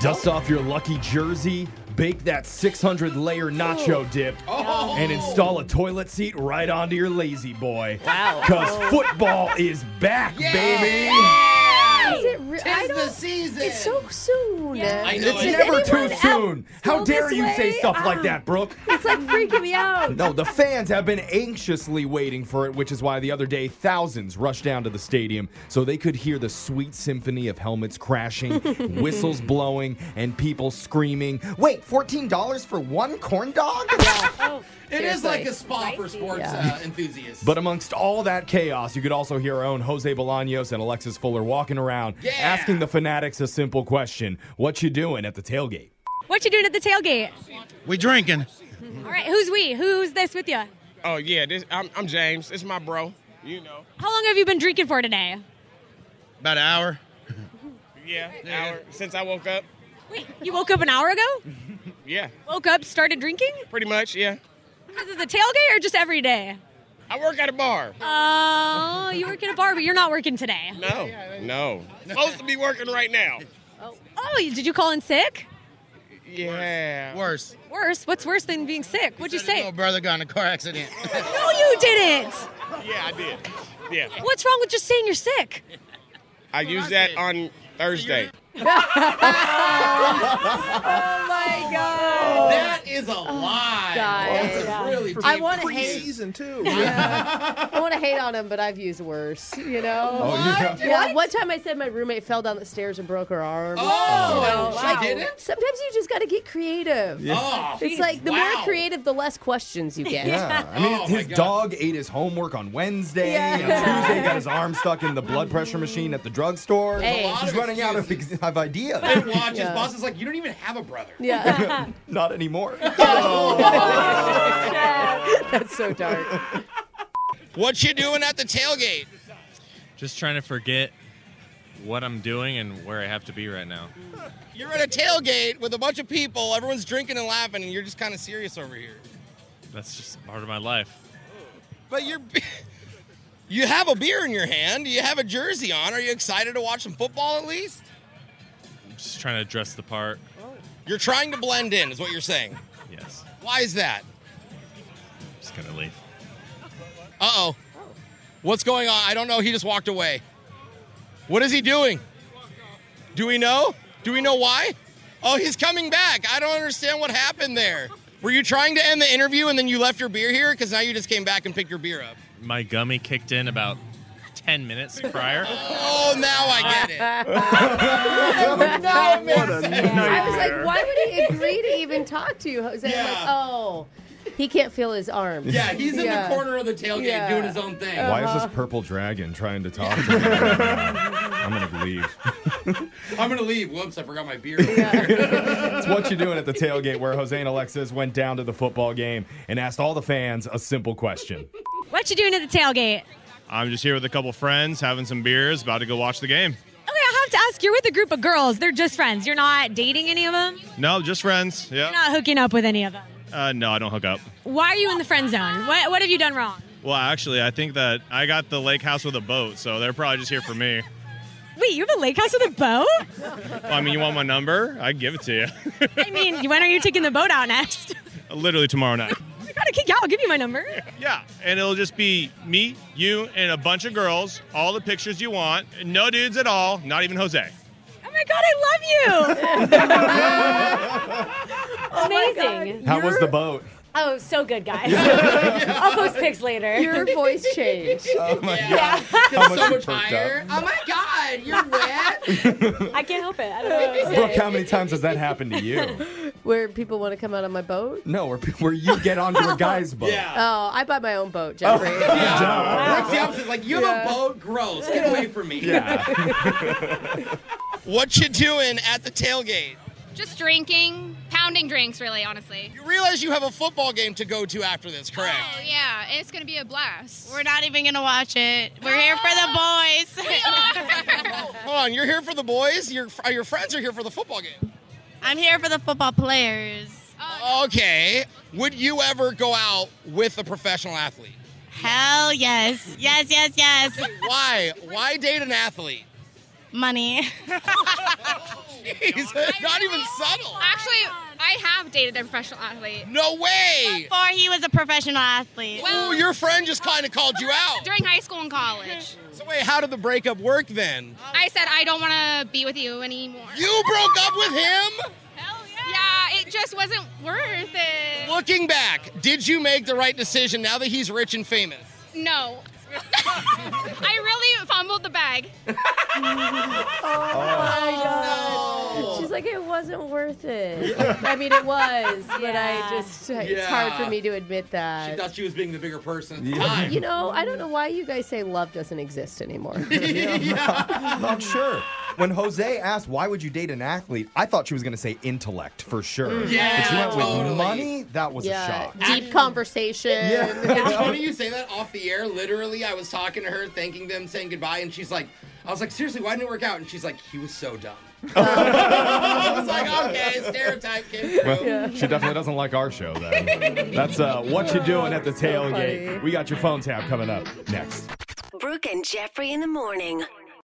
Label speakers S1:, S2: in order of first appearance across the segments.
S1: Dust off your lucky jersey, bake that 600 layer nacho dip,
S2: Oh.
S1: and install a toilet seat right onto your lazy boy. Wow. Because football is back, baby.
S2: Is it re- I
S3: Tis the
S2: don't-
S3: season.
S2: It's so soon.
S3: I know.
S1: It's
S3: Does
S1: never
S2: anyone
S1: too
S2: else
S1: soon. How
S2: feel
S1: dare
S2: this
S1: you say
S2: way?
S1: stuff like
S2: Ah.
S1: that, Brooke?
S2: It's like freaking me out.
S1: No, the fans have been anxiously waiting for it, which is why the other day thousands rushed down to the stadium so they could hear the sweet symphony of helmets crashing, whistles blowing, and people screaming, Wait, $14 for one corn dog?
S3: It is like a spa for sports uh, enthusiasts.
S1: But amongst all that chaos, you could also hear our own Jose Bolaños and Alexis Fuller walking around
S3: Yeah.
S1: asking the fanatics a simple question What you doing at the tailgate?
S4: What you doing at the tailgate?
S5: We drinking.
S4: All right, who's we? Who's this with you?
S6: Oh yeah, this I'm, I'm James. It's my bro. You know.
S4: How long have you been drinking for today?
S5: About an hour.
S6: Yeah. Hour since I woke up.
S4: Wait, you woke up an hour ago?
S6: Yeah.
S4: Woke up, started drinking?
S6: Pretty much. Yeah.
S4: Is it the tailgate or just every day?
S6: I work at a bar.
S4: Oh, you work at a bar, but you're not working today.
S6: No. No. Supposed to be working right now.
S4: Oh, you- did you call in sick?
S6: Yeah.
S5: Worse.
S4: Worse. What's worse than being sick? What'd you
S5: Said his
S4: say?
S5: Little brother got in a car accident.
S3: Oh,
S4: No, you didn't.
S6: Yeah, I did. Yeah.
S4: What's wrong with just saying you're sick?
S6: I used that on Thursday.
S3: that is a lie. That's a really deep.
S2: I want to hate.
S7: Season two.
S2: I want to hate on him, but I've used worse. You know.
S1: Oh, you got-
S2: Yeah, one time I said my roommate fell down the stairs and broke her arm.
S3: Oh,
S2: You
S3: she
S2: know,
S3: did it?
S2: Sometimes you just got to get creative.
S3: Oh,
S2: It's like the
S3: Wow.
S2: more creative, the less questions you get.
S1: Yeah. I mean,
S3: Oh, my
S1: his
S3: God.
S1: dog ate his homework on Wednesday. On Tuesday, got his arm stuck in the blood pressure machine at the drugstore.
S2: Hey. A lot
S1: He's
S3: of
S1: running out of, ex- of
S3: and
S1: ideas.
S3: watch
S2: Yeah.
S3: his boss is like, you don't even have a brother.
S2: Yeah.
S1: Not anymore.
S2: That's so dark.
S6: What you doing at the tailgate?
S8: Just trying to forget what I'm doing and where I have to be right now.
S6: You're at a tailgate with a bunch of people. Everyone's drinking and laughing, and you're just kind of serious over here.
S8: That's just part of my life.
S6: But you're. You have a beer in your hand. You have a jersey on. Are you excited to watch some football at least?
S8: I'm just trying to dress the part.
S6: You're trying to blend in, is what you're saying.
S8: Yes.
S6: Why is that?
S8: I'm just going to leave.
S6: Uh oh. What's going on? I don't know. He just walked away. What is he doing? Do we know? Do we know why? Oh, he's coming back. I don't understand what happened there. Were you trying to end the interview and then you left your beer here? Because now you just came back and picked your beer up.
S8: My gummy kicked in about 10 minutes prior.
S6: Oh, now I get
S8: it.
S6: now it makes
S2: I was like, why would he agree to even talk to you, Jose? I'm like, oh, he can't feel his arms.
S3: Yeah, he's in
S2: Yeah.
S3: the corner of the tailgate
S2: Yeah.
S3: doing his own thing.
S1: Why is this purple dragon trying to talk to me? right now? I'm gonna leave.
S3: I'm gonna leave. Whoops, I forgot my beer.
S1: It's what you're doing at the tailgate where Jose and Alexis went down to the football game and asked all the fans a simple question.
S4: What you doing at the tailgate? Okay,
S8: I'm just here with a couple friends, having some beers, about to go watch the game.
S4: I have to ask. You're with a group of girls. They're just friends. You're not dating any of them.
S8: No, just friends.
S4: You're
S8: Yeah.
S4: not hooking up with any of them.
S8: Uh, no, I don't hook up.
S4: Why are you in the friend zone? What What have you done wrong?
S8: Well, actually, I think that I got the lake house with a boat, so they're probably just here for me.
S4: Wait, you have a lake house with a boat?
S8: Well, I mean, you want my number? I can give it to you.
S4: I mean, when are you taking the boat out next?
S8: Literally tomorrow night.
S4: I gotta kick you out. I'll give you my number. Oh
S8: Yeah, and it'll just be me, you, and a bunch of girls. All the pictures you want. No dudes at all. Not even Jose.
S4: Oh my god, I love you. it's amazing.
S1: How was the boat?
S7: Oh, so good, guys. I'll post pics later.
S2: Your voice changed.
S1: Oh my
S7: Yeah.
S1: god! How much
S3: so much
S1: you perked up.
S3: higher. Oh my god, you're wet.
S7: I can't help it. I don't know what to say.
S1: Brooke, how many times has that happened to you?
S2: Where people want to come out on my boat?
S1: No, where, where you get onto a guy's boat.
S2: Oh, I buy my own boat, Jeffrey.
S3: Brooke's the opposite. Like you have a boat, gross. Get away from me.
S6: What you doing at the tailgate?
S9: Just drinking, pounding drinks, really, honestly.
S6: You realize you have a football game to go to after this, correct?
S9: Oh, yeah, it's gonna be a blast.
S10: We're not even gonna watch it. We're here for the boys.
S6: Hold on, you're here for the boys. Your are your friends are here for the football game.
S10: I'm here for the football players.
S9: Oh,
S6: Okay. Would you ever go out with a professional athlete?
S10: Hell yes. Yes, yes, yes.
S6: Why? Why date an athlete?
S10: Money.
S6: Jeez, not even subtle.
S9: Actually, I have dated a professional athlete.
S6: No way.
S10: Before he was a professional athlete.
S6: Ooh, your friend just kind of called you out.
S9: During high school and college,
S6: So wait, how did the breakup work then?
S10: Oh.
S9: I said I don't want to be with you anymore.
S6: You broke up with him?
S9: Yeah, it just wasn't worth it.
S6: Looking back, did you make the right decision now that he's rich and famous?
S9: No. I really fumbled the bag.
S2: my god. She's like, it wasn't worth it. I mean, it was, but I just, it's
S3: Yeah.
S2: hard for me to admit
S3: She
S2: that.
S3: thought she was being the bigger person at the time.
S2: You know, I don't know why you guys say love doesn't exist anymore.
S1: I'm not sure. When Jose asked why would you date an athlete, I thought she was going to say intellect for sure.
S3: Mm. Yeah,
S1: but she went
S3: totally.
S1: with money. That was a
S2: yeah,
S1: shock.
S2: deep conversation.
S3: It's funny you say that off the air. Literally, I was talking to her, thanking them, saying goodbye, and she's like, I was like, seriously, why didn't it work out? And she's like, he was so dumb. I was like, okay, stereotype came
S1: Well,
S3: through.
S1: She definitely doesn't like our show. Then that's uh, what you doing at the tailgate. We got your phone tab coming up next.
S11: Brooke and Jeffrey in the morning.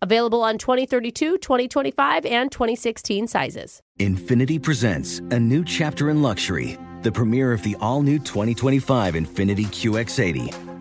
S2: Available on 2032, 2025, and 2016 sizes.
S12: Infinity presents a new chapter in luxury, the premiere of the all new 2025 Infinity QX80,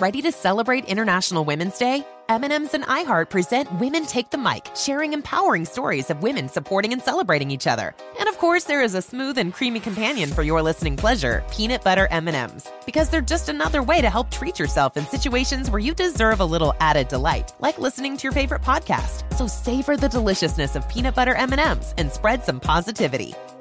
S13: Ready to celebrate International Women's Day? M&M's and iHeart present Women Take the Mic, sharing empowering stories of women supporting and celebrating each other. And of course, there is a smooth and creamy companion for your listening pleasure, peanut butter M&M's, because they're just another way to help treat yourself in situations where you deserve a little added delight, like listening to your favorite podcast. So savor the deliciousness of peanut butter M&M's and spread some positivity.